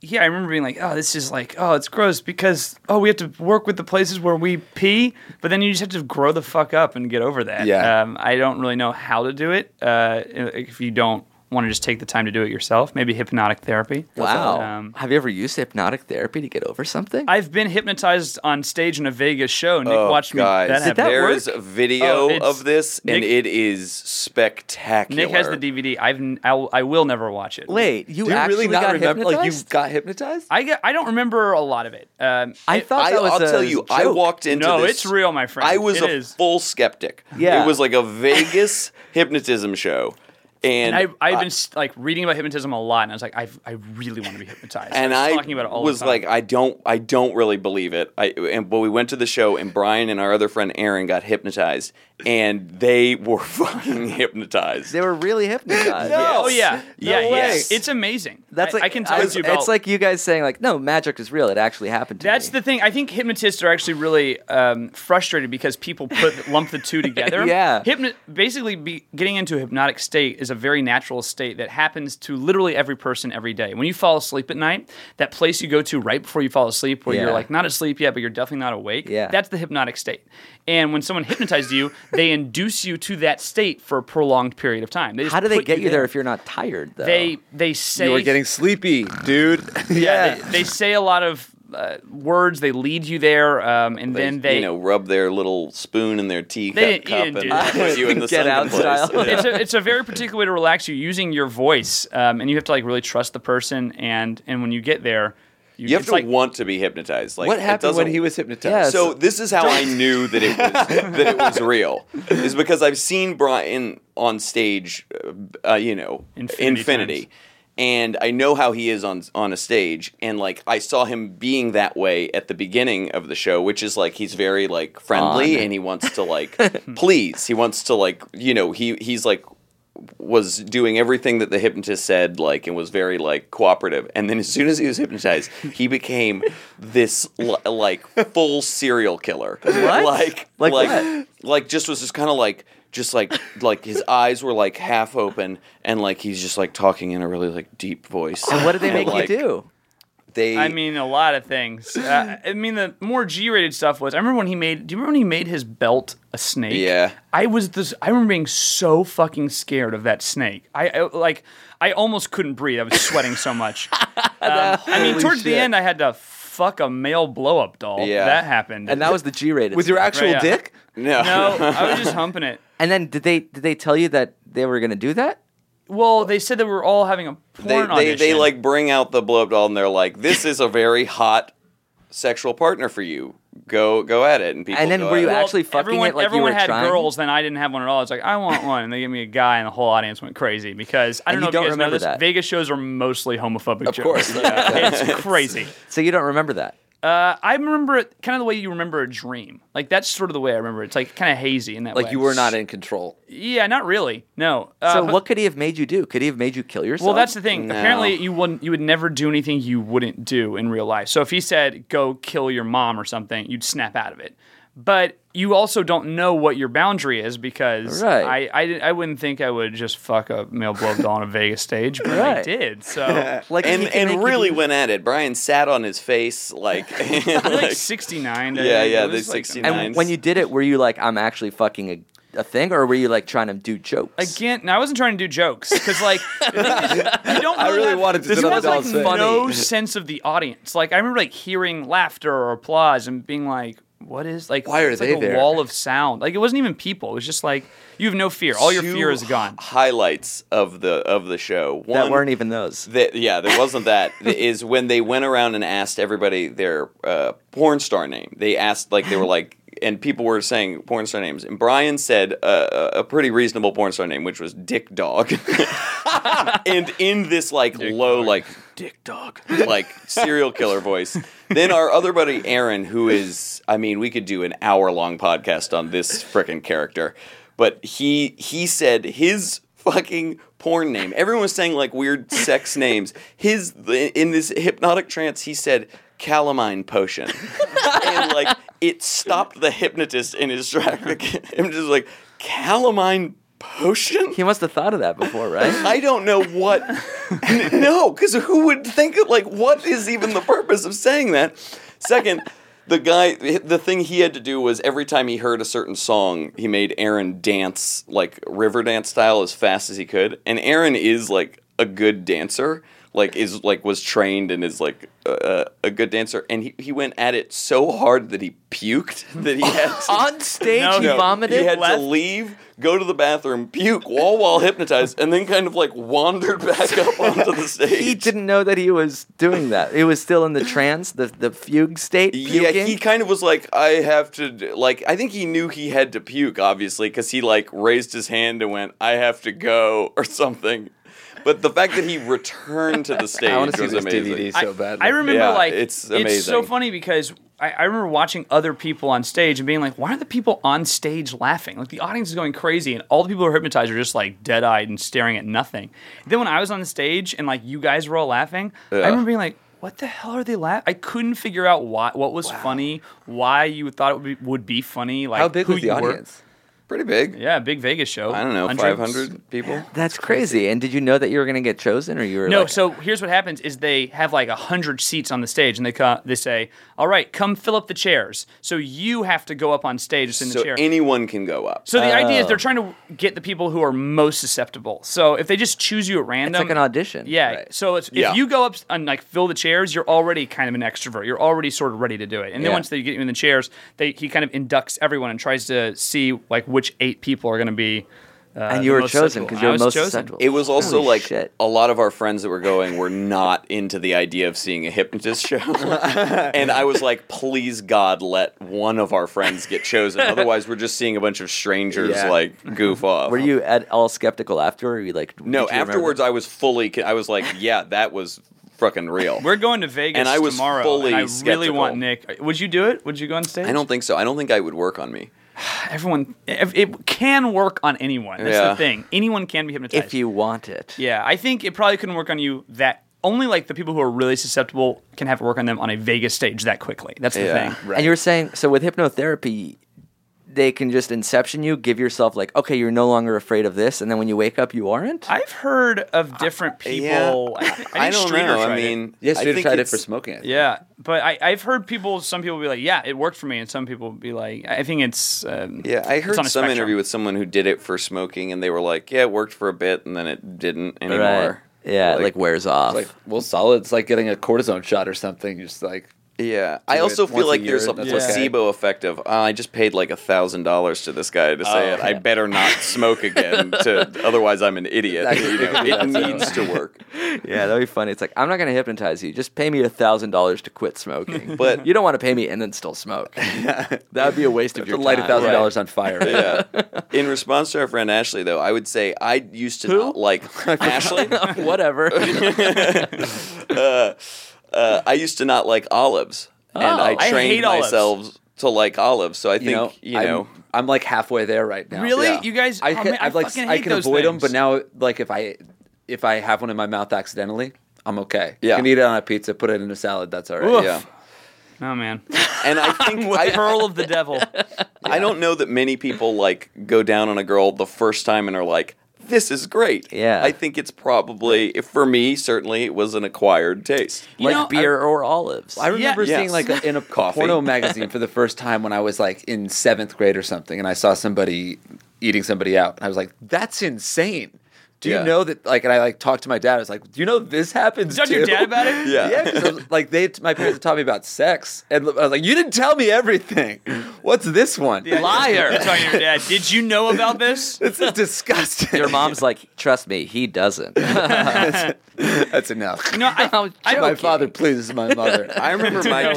yeah, I remember being like, oh, this is like, oh, it's gross because oh, we have to work with the places where we pee, but then you just have to grow the fuck up and get over that. Yeah. um, I don't really know how to do it. Uh, if you don't want to just take the time to do it yourself, maybe hypnotic therapy. Wow. Um, Have you ever used hypnotic therapy to get over something? I've been hypnotized on stage in a Vegas show. Nick watched me. Oh, Guys, That happen. there is a Oh, video it's- of this, and Nick- it is spectacular. Nick has the DVD. I've n- I'll, I will never watch it. Wait, you Do you actually really not got remember? Like you hypnotized? got hypnotized? I, get, I don't remember a lot of it. Um, I it- thought I, that was will a tell you, I joke. walked into No, this. it's real, my friend. I was It a is. full skeptic. Yeah. It was like a Vegas hypnotism show. And, And I, I've I- been s like reading about hypnotism a lot, and I was like, I've, I really want to be hypnotized. and I was I talking about it all was the time. like, I don't, I don't really believe it. I, and, but we went to the show, and Brian and our other friend Aaron got hypnotized, and they were fucking hypnotized. They were really hypnotized. oh yeah, yeah, yeah. way. It's amazing. That's I, like I can tell it's, you about. It's like you guys saying like, no, magic is real. It actually happened to that's me. the thing. I think hypnotists are actually really um, frustrated because people put lump the two together. Yeah. Hypno- basically, be, getting into a hypnotic state is a very natural state that happens to literally every person every day. When you fall asleep at night, that place you go to right before you fall asleep, where Yeah. you're like not asleep yet, but you're definitely not awake. Yeah. That's the hypnotic state. And when someone hypnotizes you, they induce you to that state for a prolonged period of time. They just How do they put get you there there? if you're not tired though? They they say You were getting sleepy, dude. yeah, They, they say a lot of uh, words. They lead you there, um, and then they. you know rub their little spoon in their tea They didn't- cup, you cup didn't and do that. put you in the Get out sunken style. place. it's, a, it's a very particular way to relax you using your voice, um, and you have to like really trust the person. And and when you get there, you, You have it's to like, want to be hypnotized. Like what it happened when doesn't- he was hypnotized? Yeah, So this is how I knew that it was that it was real is because I've seen Brian on stage, uh, you know, Infinity times. and I know how he is on on a stage, and like I saw him being that way at the beginning of the show, which is like he's very like friendly and he wants to like please, he wants to like you know he he's like was doing everything that the hypnotist said, like, and was very like cooperative. And then as soon as he was hypnotized, he became this li- like full serial killer. What? Like, Like like, like, what? just was just kind of like, just like, like his eyes were like half open, and like he's just like talking in a really like deep voice. And what did they make like, you do? They, I mean, a lot of things. Uh, I mean, the more G-rated stuff was. I remember when he made. Do you remember when he made his belt a snake? Yeah. I was this. I remember being so fucking scared of that snake. I, I like. I almost couldn't breathe. I was sweating so much. Um, I mean, towards the end, I had to fuck a male blow-up doll. Yeah. That happened. And that was the G-rated. with your stuff. actual Right, yeah. dick? no, No, I was just humping it. And then did they did they tell you that they were gonna do that? Well, they said that we were all having a they, porn they, audition. they like bring out the blow up doll and they're like, this is a very hot sexual partner for you. Go go at it, and people. And then go were at you it. actually fucking everyone, it like everyone you were had trying? girls, then I didn't have one at all. I was like, I want one, and they gave me a guy, and the whole audience went crazy because I And don't know you if don't you guys know remember this. that. Vegas shows are mostly homophobic. Of course, it's crazy. So you don't remember that. Uh, I remember it kind of the way you remember a dream. Like that's sort of the way I remember. it. It's like kind of hazy in that way. Like you were not in control. Yeah, not really. No. Uh, So but- what could he have made you do? Could he have made you kill yourself? Well, that's the thing. Apparently, you wouldn't. You would never do anything you wouldn't do in real life. So if he said, "Go kill your mom" or something, you'd snap out of it. But you also don't know what your boundary is because Right. I, I, didn't- I wouldn't think I would just fuck a male blow doll on a Vegas stage, but I Right. did. So like and he can make and you really do- went at it. Brian sat on his face like, I'm like like, 69. I Yeah, think. yeah, It was the like- 69. And when you did it, were you like, I'm actually fucking a, a thing, or were you like trying to do jokes? Again, now I wasn't trying to do jokes because, like, the thing is, you don't. Really really have, wanted to This sit on has the like doll's face. no sense of the audience. Like, I remember like hearing laughter or applause and being like, "What is like? Why are it's they like a there? Wall of sound. Like, it wasn't even people. It was just like you have no fear. All your two fear is gone. Highlights of the of the show. One, that weren't even those. that- yeah, there wasn't that. That is when they went around and asked everybody their uh, porn star name. They asked like they were like, and people were saying porn star names. And Brian said uh, a pretty reasonable porn star name, which was Dick Dog. and in this like low like dick dog like serial killer voice then our other buddy aaron who is i mean we could do an hour long podcast on this frickin' character but he he said his fucking porn name. Everyone was saying like weird sex names. His in this hypnotic trance, he said calamine potion, and like it stopped the hypnotist in his track. The hypnotist was like calamine potion. He must have thought of that before, right? I don't know what. no, because who would think of like what is even the purpose of saying that? Second, the guy, the thing he had to do was every time he heard a certain song, he made Aaron dance like river dance style as fast as he could, and Aaron is like a good dancer. Like is like was trained and is like uh, a good dancer, and he, he went at it so hard that he puked that he had to, On stage, No, he no. vomited. he had left. to leave, go to the bathroom, puke, all while hypnotized, and then kind of like wandered back up onto the stage. he didn't know that he was doing that. It was still in the trance, the the fugue state. Yeah, puking. he kind of was like, I have to, d- like, I think he knew he had to puke, obviously, because he, like, raised his hand and went, I have to go, or something. But the fact that he returned to the stage I want to see was this amazing. DVD so bad. I remember Yeah, like it's it's amazing. so funny because I, I remember watching other people on stage and being like, why are the people on stage laughing? Like the audience is going crazy and all the people who are hypnotized are just like dead eyed and staring at nothing. Then when I was on the stage and like you guys were all laughing, I remember being like, what the hell are they laughing? I couldn't figure out why, what was funny, why you thought it would be, would be funny. Like How big who was the you were. audience? Pretty big. Yeah, big Vegas show. I don't know, Hundreds. 500 people? That's crazy. And did you know that you were going to get chosen, or you were No, Like, so here's what happens: is they have like a hundred seats on the stage, and they co- they say, "All right, come fill up the chairs." So you have to go up on stage just in the So oh. chair. anyone can go up. so the idea is they're trying to get the people who are most susceptible. So if they just choose you at it's random, like an audition. Yeah. right? So it's, Yeah. if you go up and like fill the chairs, you're already kind of an extrovert. You're already sort of ready to do it. And then Yeah. once they get you in the chairs, they he kind of inducts everyone and tries to see like which eight people are going to be. Uh, and the you were most chosen susceptible. because I you were was most chosen. susceptible. It was also Holy like shit. a lot of our friends that were going were not into the idea of seeing a hypnotist show. and I was like, please God, let one of our friends get chosen. Otherwise, we're just seeing a bunch of strangers Yeah. like goof off. Were you at all skeptical after? Or were you like No, did you remember? afterwards, I was fully, con- I was like, yeah, that was fucking real. We're going to Vegas And I was tomorrow. fully and I really skeptical. want Nick. Would you do it? Would you go on stage? I don't think so. I don't think I would work on me. Everyone, if- it can work on anyone. That's Yeah. the thing. Anyone can be hypnotized. if you want it. yeah, I think it probably couldn't work on you that. Only like the people who are really susceptible can have it work on them on a Vegas stage that quickly. That's the Yeah. thing. And you were saying so with hypnotherapy, they can just inception you, give yourself like, okay, you're no longer afraid of this, and then when you wake up, you aren't. I've heard of different people. I, thi- I, I think don't Streeter know. I tried it. mean, Yes, I you think tried it it's- for smoking. I think. yeah, but I, I've heard people. Some people be like, "Yeah, it worked for me," and some people be like, "I think it's." Um, Yeah, I it's heard on some a spectrum. interview with someone who did it for smoking, and they were like, "Yeah, it worked for a bit, and then it didn't Right. anymore." Yeah, it, like, Like- wears off. Like, well, solid. It's like getting a cortisone shot or something. You're just like, Yeah, I it also once feel a like there's year, a that's placebo effect of uh, I just paid like a thousand dollars to this guy to Oh, say it. I better not smoke again, to otherwise I'm an idiot. you know, it needs to work. yeah, that'd be funny. It's like I'm not gonna hypnotize you. Just pay me a thousand dollars to quit smoking. But- you don't want to pay me and then still smoke. that would be a waste of to your light a time. thousand dollars on fire. Yeah. In response to our friend Ashley, though, I would say I used to not like Ashley. Whatever. Uh, I used to not like olives, and Oh, I I trained hate olives. myself to like olives. So I You think know, you I'm- know. I'm, like halfway there right now. Really? Yeah. You guys? I oh, can, man, I've, like, fucking I hate can those avoid them, but things. now, like, if I if I have one in my mouth accidentally, I'm okay. Yeah. You can eat it on a pizza, put it in a salad. That's all right. Yeah, Oh man, and I think I, I, pearl of the devil. I don't know that many people like go down on a girl the first time and are like, "This is great." Yeah. I think it's probably if- for me certainly it was an acquired taste. You like know, uh, I- beer or olives. I remember yes. seeing like a, in a porno magazine for the first time when I was like in seventh grade or something, and I saw somebody eating somebody out, and I was like, "That's insane." Do Yeah. you know that? Like, and I like talked to my dad. I was like, "Do you know this happens?" Talk to your too?" dad about it? Yeah. yeah. 'cause I was- like they, my parents had taught me about sex, and I was like, "You didn't tell me everything. What's this one? Liar! Talking to your dad. Did you know about this? This is disgusting." Your mom's like, trust me, he doesn't. That's enough. You know, I, I my don't. father pleases my mother. I remember my No way.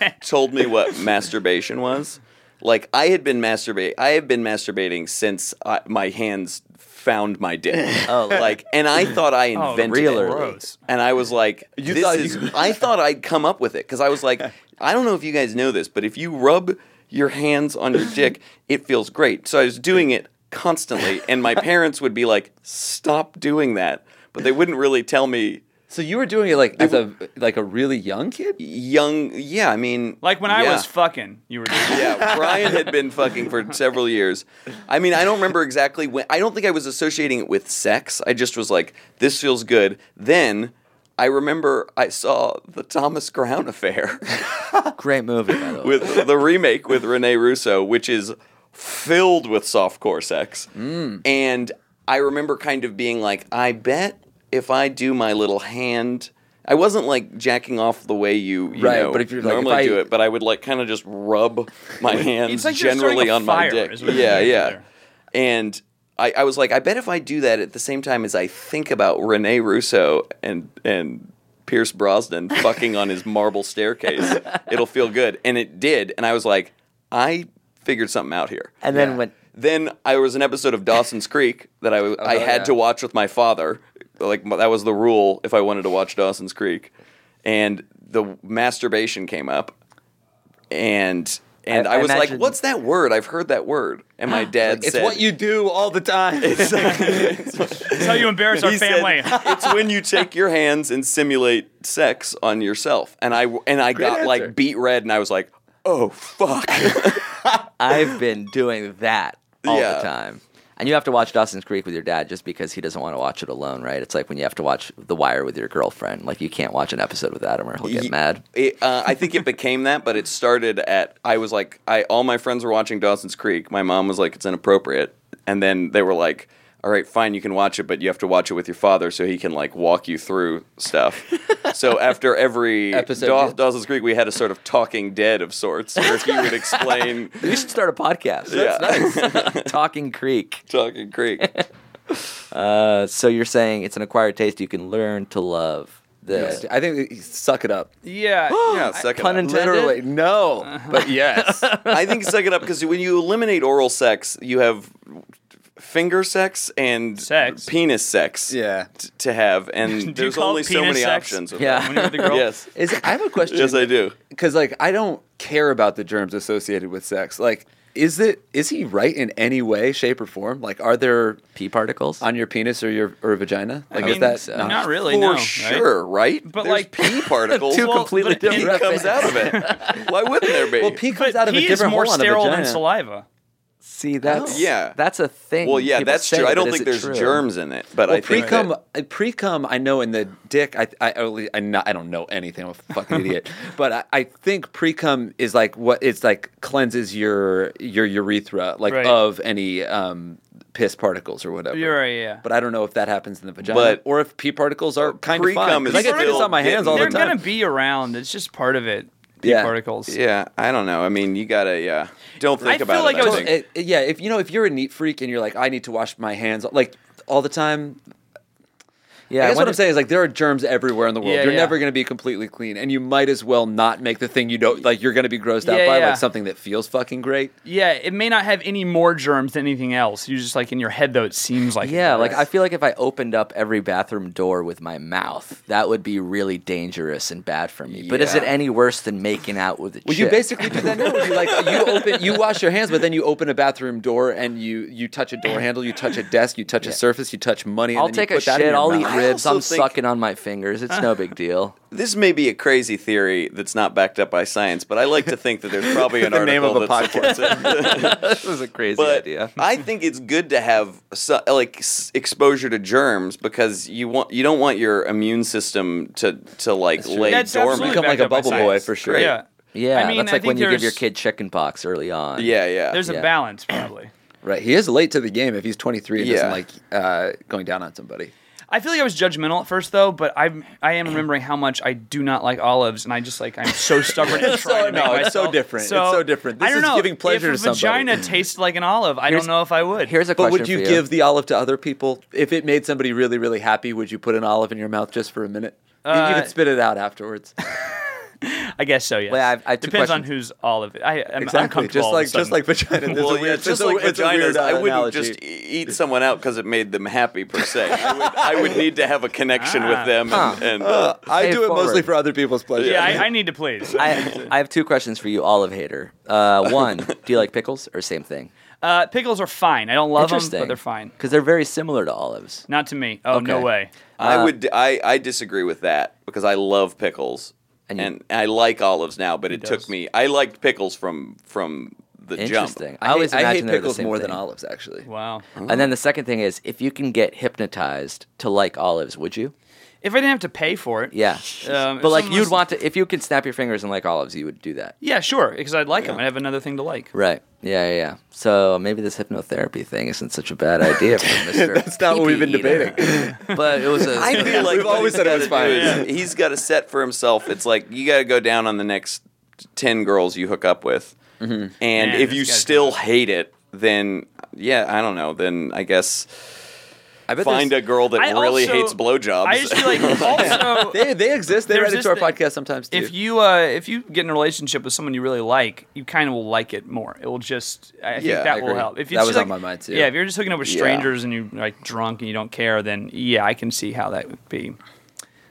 dad told me what masturbation was. Like I had been masturbate, I have been masturbating since I, my hands found my dick. Oh, like, and I thought I invented really? it. Oh, Gross. And I was like, You this thought you- is, I thought I'd come up with it because I was like, I don't know if you guys know this, but if you rub your hands on your dick, it feels great. So I was doing it constantly, and my parents would be like, "Stop doing that," but they wouldn't really tell me. So you were doing it like as a like a really young kid. Young, yeah, I mean, Like when I yeah. was fucking, you were doing it. yeah, Brian had been fucking for several years. I mean, I don't remember exactly when. I don't think I was associating it with sex. I just was like, this feels good. Then I remember I saw the Thomas Crown affair Great movie, by the way. with the remake with Rene Russo, which is filled with softcore sex. Mm. And I remember kind of being like, I bet if I do my little hand. I wasn't like jacking off the way you, you Right, know, but if you're like, normally if I- do it, but I would like kind of just rub my hands It's like you're generally starting a on my fire, dick. is what you're Yeah, doing yeah. there. And I, I was like, I bet if I do that at the same time as I think about Rene Russo and and Pierce Brosnan fucking on his marble staircase, it'll feel good. And it did. And I was like, I figured something out here. And then when Then I there was an episode of Dawson's Creek that I, I had Oh, yeah. to watch with my father. Like m- that was the rule if I wanted to watch Dawson's Creek, and the masturbation came up, and and I- I, I was imagine- like, "What's that word? I've heard that word." And my dad It's said, what you do all the time. That's how you embarrass our He said, family. it's when you take your hands and simulate sex on yourself." And I and I got answer. like beat red, and I was like, "Oh fuck." I've been doing that all Yeah. the time. And you have to watch Dawson's Creek with your dad just because he doesn't want to watch it alone, right? It's like when you have to watch The Wire with your girlfriend. Like you can't watch an episode without him or he'll get Ye- mad. It, uh, I think it became that, but it started at I was like, I all my friends were watching Dawson's Creek. My mom was like, it's inappropriate, and then they were like, all right, fine, you can watch it, but you have to watch it with your father so he can like walk you through stuff. so after every Episode. Daw- Dawson's Creek, we had a sort of talking dead of sorts where he would explain You should start a podcast. Yeah. Talking Creek. Talking Creek. Uh, so you're saying it's an acquired taste you can learn to love. The, I think suck it up. yeah. Yeah, second Pun up. intended. Literally, no, but yes. I think suck it up because when you eliminate oral sex, you have finger sex and Sex. penis sex. Yeah. t- to have, and Do you there's call only it so penis many sex? options. With Yeah. that. When you're with a girl. yes, Is I have a question. yes, I do. because like I don't care about the germs associated with sex. Like, is it is he right in any way, shape, or form? Like, are there Pee particles? on your penis or your or vagina? Like, I is mean, that so- Not really. For no, right? sure, right? But There's like- pee particles. Two Well, completely but it- different pee comes references. out of it. Why wouldn't there be? Well, pee comes But out of a pee is different more hole on the sterile than Oh. vagina. saliva. See, that's Yeah. that's a thing. Well, yeah, people that's say, true. I but don't is think it there's true? germs in it, but I Well, pre think cum, that- pre cum. I know in the dick. I, I, only- I, not, I don't know anything. I'm a fucking idiot. But I, I think pre cum is like what it's like cleanses your your urethra like Right. of any um, piss particles or whatever. You're right, yeah. But I don't know if that happens in the vagina But- or if pee particles are kind of fine. Pre-cum 'cause is I get still piss on my hands all the They're time. gonna be around. It's just part of it. Pee Yeah. particles. yeah, I don't know. I mean, you gotta yeah. Don't think I about feel like it. I was- think. It- it- yeah, if you know if you're a neat freak and you're like I need to wash my hands like all the time, Yeah, I guess what wonder- I'm saying is like there are germs everywhere in the world. Yeah, you're yeah. never going to be completely clean, and you might as well not make the thing you don't like. You're going to be grossed out Yeah, by yeah. like something that feels fucking great. Yeah, it may not have any more germs than anything else. You just like in your head though, it seems like it Yeah, like does. I feel like if I opened up every bathroom door with my mouth, that would be really dangerous and bad for me. But is it Yeah. any worse than making out with a Well, you chick? basically do that now. You like you open, you wash your hands, but then you open a bathroom door and you you touch a door handle, you touch a desk, you touch a surface, you touch money. And I'll then take you a put that in shit. your I'll mouth. eat I ribs. also I'm think- sucking on my fingers. It's no big deal. this may be a crazy theory that's not backed up by science, but I like to think that there's probably an The name article of a that supports it. this is a crazy but I think it's good to have so, like s- exposure to germs because you want you don't want your immune system to to like lay That's absolutely dormant. Become like backed a up by bubble science. boy for sure. Yeah. Yeah, I mean, that's I like think when you give your there's- kid chickenpox early on. Yeah, yeah. There's Yeah. a balance probably. Right. He is late to the game if he's 23 and doesn't Yeah. like uh, going down on somebody. I feel like I was judgmental at first though, but I'm I am remembering how much I do not like olives, and I just like I'm so stubborn. at trying to no, make it's myself- so different. It's so different. This I don't is know. giving pleasure if to a somebody. vagina tasted like an olive, I Here's- don't know if I would. Here's a But question would you, for give the olive to other people? If it made somebody really, really happy, would you put an olive in your mouth just for a minute? You- you Uh, could spit it out afterwards. I guess so. Yes. Wait, I have- I have two Depends on questions. who's olive. I am Exactly. uncomfortable. Just all of a like just sudden. like vagina. There's well, a yeah, weird, just it's a- like it's a vaginas, weird, uh, I wouldn't analogy. just e- eat someone out because it made them happy per se. I would, I would need to have a connection Ah. with them, and, and I Pay it do it mostly forward. for other people's pleasure. yeah, I, I need to please. I, I have two questions for you, olive hater. Uh, one, do you like pickles or same thing? Uh, pickles are fine. I don't love them, Interesting. but they're fine. because they're very similar to olives. Not to me. Oh no Okay. way. Uh, I would I, I disagree with that because I love pickles And and, you- I like olives now, but it does. took me I liked pickles from from the Interesting. jump. I always hate, I hate imagine they're the pickles same more than thing. olives, actually. Wow. And then the second thing is, if you can get hypnotized to like olives, would you? If I didn't have to pay for it. Yeah. Um, if but like someone you'd was- want to, if you could snap your fingers and like olives, you would do that. Yeah, sure. Because I'd like them. I have another thing to like. Right. Yeah, yeah, yeah. So maybe this hypnotherapy thing isn't such a bad idea for Mr. That's not what we've been debating. but it was a I feel like We've what always he's said it was gotta do fine. is He's got a set for himself. It's like you got to go down on the next ten girls you hook up with, Mm-hmm. and Man, if this you guy's still nuts. hate it, then yeah, I don't know. Then I guess I bet find there's- a girl that I really also- hates blowjobs. I just feel like also They, they exist. They There's write this into our thing- podcast sometimes too. if you uh, if you get in a relationship with someone you really like, you kind of will like it more. It will just I think Yeah, that I will agree. help. If That it's was just on like- my mind, too. Yeah, if you're just hooking up with Yeah. strangers and you're like drunk and you don't care, then yeah, I can see how that would be.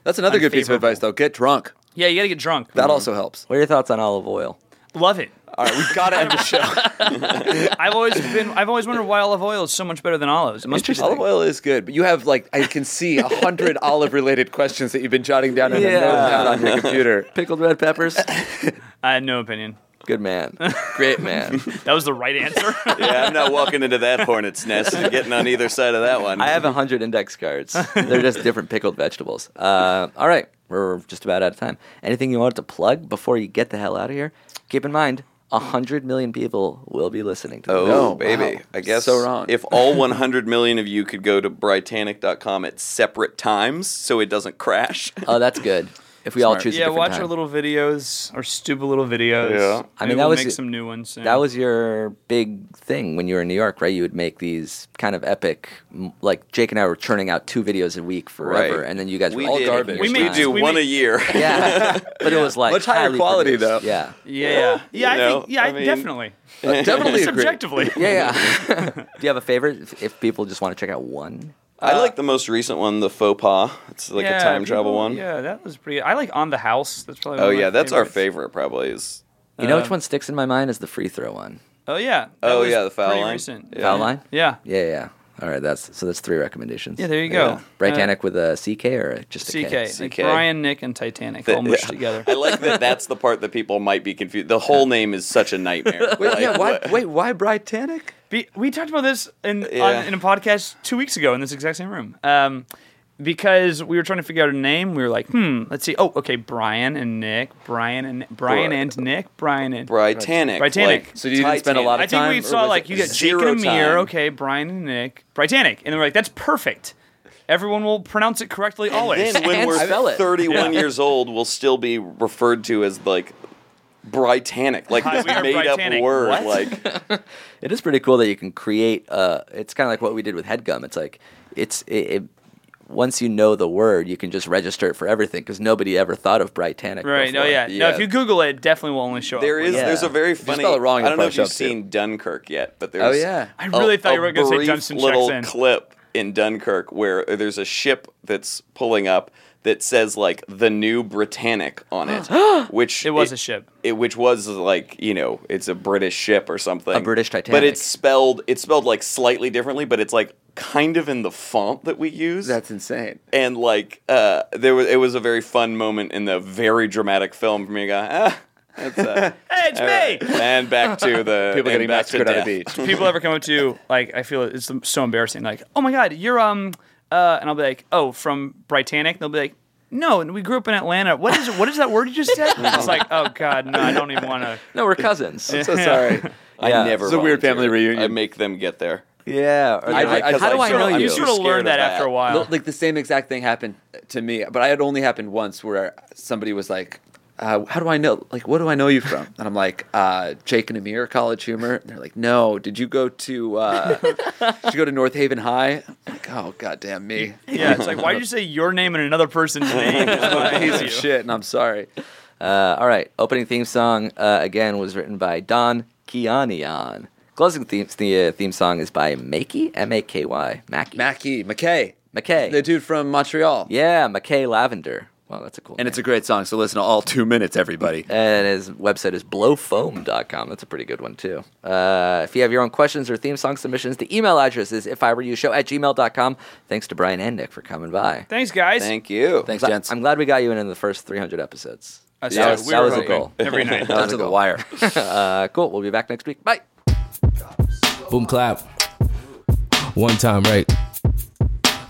That's another good piece of unfavorable. Mm. advice, though. Get drunk. Yeah, you gotta get drunk. That also helps. What are your thoughts on olive oil? Love it. All right, we've got to end the show. I've always been. I've always wondered why olive oil is so much better than olives. It must be Olive oil is good, but you have like I can see a hundred olive-related questions that you've been jotting down in a note pad on your computer. Pickled red peppers? I had no opinion. Good man. Great man. That was the right answer. yeah, I'm not walking into that hornet's nest and getting on either side of that one. I have a 100 index cards. They're just different pickled vegetables. Uh, all right, we're just about out of time. Anything you want to plug before you get the hell out of here? Keep in mind, 100 million people will be listening to Oh, this. No, baby. wow. I guess So wrong. if all 100 million of you could go to Britannic.com at separate times so it doesn't crash. Oh, that's good. If we all choose a yeah, different watch time. our little videos, our stupid little videos. Yeah. I Maybe mean, that we'll was- make some new ones. Soon. That was your big thing when you were in New York, right? You would make these kind of epic, m- like Jake and I were churning out two videos a week forever, Right. and then you guys We were all did- garbage. We We, made time. do we one made- a year. yeah, but it was like Much higher highly quality, produced. though. Yeah, Yeah, yeah. I You know, think. Yeah, I I mean- definitely. Definitely agree. Subjectively. yeah, yeah. do you have a favorite? If, if people just want to check out one, I like the most recent one, the faux pas. It's like a time travel people- one. Yeah, that was pretty. I like on the house. That's probably. Oh, one of my yeah, that's our favorites. favorite, probably. Is you know Uh, which one sticks in my mind is the free throw one. Oh yeah. that Oh, was yeah, the foul pretty line. recent. Yeah. Foul line. Yeah. Yeah, yeah. All right, that's so. That's three recommendations. Yeah, there you go. Yeah. Britannic with a CK or just a K? CK, Like CK. Brian, Nick, and Titanic all mushed together. I like that that's the part that people might be confused. The whole name is such a nightmare. Wait, Like, yeah, why, what- wait, why Britannic? Be, we talked about this in Yeah. on, in a podcast two weeks ago in this exact same room. Um, because we were trying to figure out a name, we were like, "Hmm, let's see." Oh, okay, Brian and Nick, Brian and Brian Bri- and Nick, Brian and Britannic. Britannic. Like, So you didn't spend a lot I of think time. we or saw was like it- you got Jake zero and Amir, time? okay, Brian and Nick, Britannic, and they're like, "That's perfect." Everyone will pronounce it correctly always. Then when And we're spell it. 31 years old, we'll still be referred to as like Britannic, like Hi, this we are made Britannic. up word. What? Like, It is pretty cool that you can create. Uh, it's kind of like what we did with headgum. It's like it's it, it, once you know the word, you can just register it for everything because nobody ever thought of Britannic. right? No, before. yeah. No, Yeah. if you Google it, it definitely will only show there up. is, Yeah. there's a very you funny. spell it wrong, I it don't know if probably you've shows up, too. seen Dunkirk yet, but Oh there's. yeah. I really a- thought you were going to brief say Dunstan little checks in. clip in Dunkirk where there's a ship that's pulling up that says like the new Britannic on it, which It was a ship. It which was like you know it's a British ship or something, A British But Titanic. it's spelled it's spelled like slightly differently, but it's like kind of in the font that we use. That's insane. and like uh, there was it was a very fun moment in the very dramatic film for me. Going, ah, that's uh, Hey, it's all me. right." and back to the People and getting back to massacred on a death. beach. people ever come up to you, like I feel it's so embarrassing. Like, oh my god, you're um, uh, and I'll be like, oh, from Britannic. They'll be like, no, and we grew up in Atlanta. What is what is that word you just said? it's like, oh god, no, I don't even want to. no, we're cousins. So sorry. I Yeah. never. It's a weird volunteer. family reunion. I make them get there. yeah. or I- they're like, I- how do I I'm know sure- I'm you? sure- sort of scared of learned that, that. after a while. Like the same exact thing happened to me, but I had only happened once where somebody was like, uh, "How do I know? Like, what do I know you from?" And I'm like, uh, "Jake and Amir, College Humor." And they're like, "No, did you go to uh, did you go to North Haven High?" I'm like, "Oh, goddamn me, yeah, it's like, why did you say your name and another person's name? I'm a piece You. of shit," and I'm sorry. Uh, all right. Opening theme song uh, again was written by Don Kianian. Closing theme the uh, theme song is by Makey M A K Y Mackey Mackie McKay, McKay. the dude from Montreal. yeah, McKay Lavender. Wow, that's a cool. And it's a name. great song, so listen to all two minutes, everybody. and his website is blowfoam.com. That's a pretty good one, too. Uh, if you have your own questions or theme song submissions, the email address is if I were you show at gmail.com. Thanks to Brian and Nick for coming by. Thanks, guys. Thank you. Thanks, Gl- gents. I'm glad we got you in in the first 300 episodes. Uh, that was, we that were was a hoping goal. Every night. That was Onto a the goal. wire. Uh, cool. We'll be back next week. Bye. Boom clap. One time, right?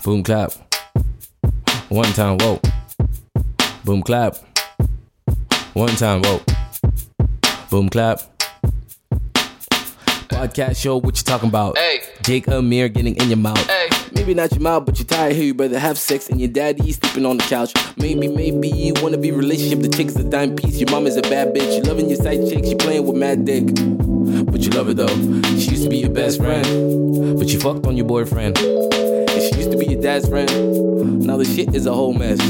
Boom clap. One time, whoa. Boom clap. One time, whoa. Boom clap. Podcast show, what you talking about? Hey. Jake Amir getting in your mouth. Hey. Maybe not your mouth, but you're tired. Here, you brother have sex and your daddy sleeping on the couch. Maybe, maybe you wanna be relationship. The chick's a dime piece. Your mom is a bad bitch. You loving your side chick. She playing with mad dick but you love her though. She used to be your best friend, but you fucked on your boyfriend. And she used to be your dad's friend. Now the shit is a whole mess.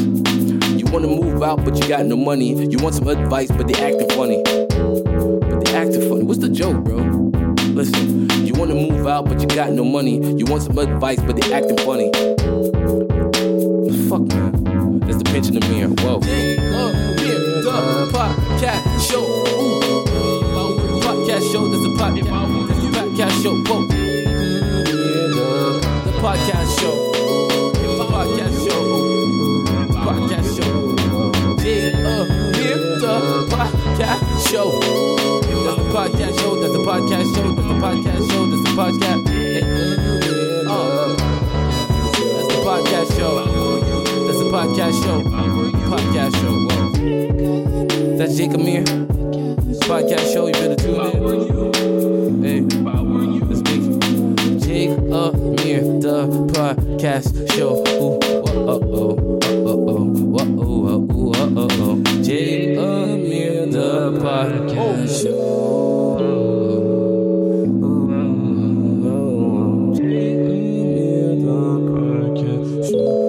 You wanna move out, but you got no money. You want some advice, but they acting funny. But they acting funny. What's the joke, bro? Listen, you wanna move out, but you got no money. You want some advice, but they acting funny. Fuck man. That's the pinch in the mirror. Whoa. Podcast show. Podcast show. This is a podcast. This is a podcast show. Whoa. The podcast show. The podcast show. Podcast show. Dig up. Lift up. Podcast show. That's the podcast show. That's the podcast show. That's the podcast show. That's the podcast. Hey, uh, That's the podcast show. That's the podcast show. Podcast show. Whoa. That's Jacob Mir. Podcast show. You better tune in. Hey, let's make it. Jake Amir, the podcast show. Ooh, whoa, oh, oh, oh, oh, oh, whoa, oh, oh, oh, oh, oh. Jake Amir, the podcast show. Jake Amir, the podcast show.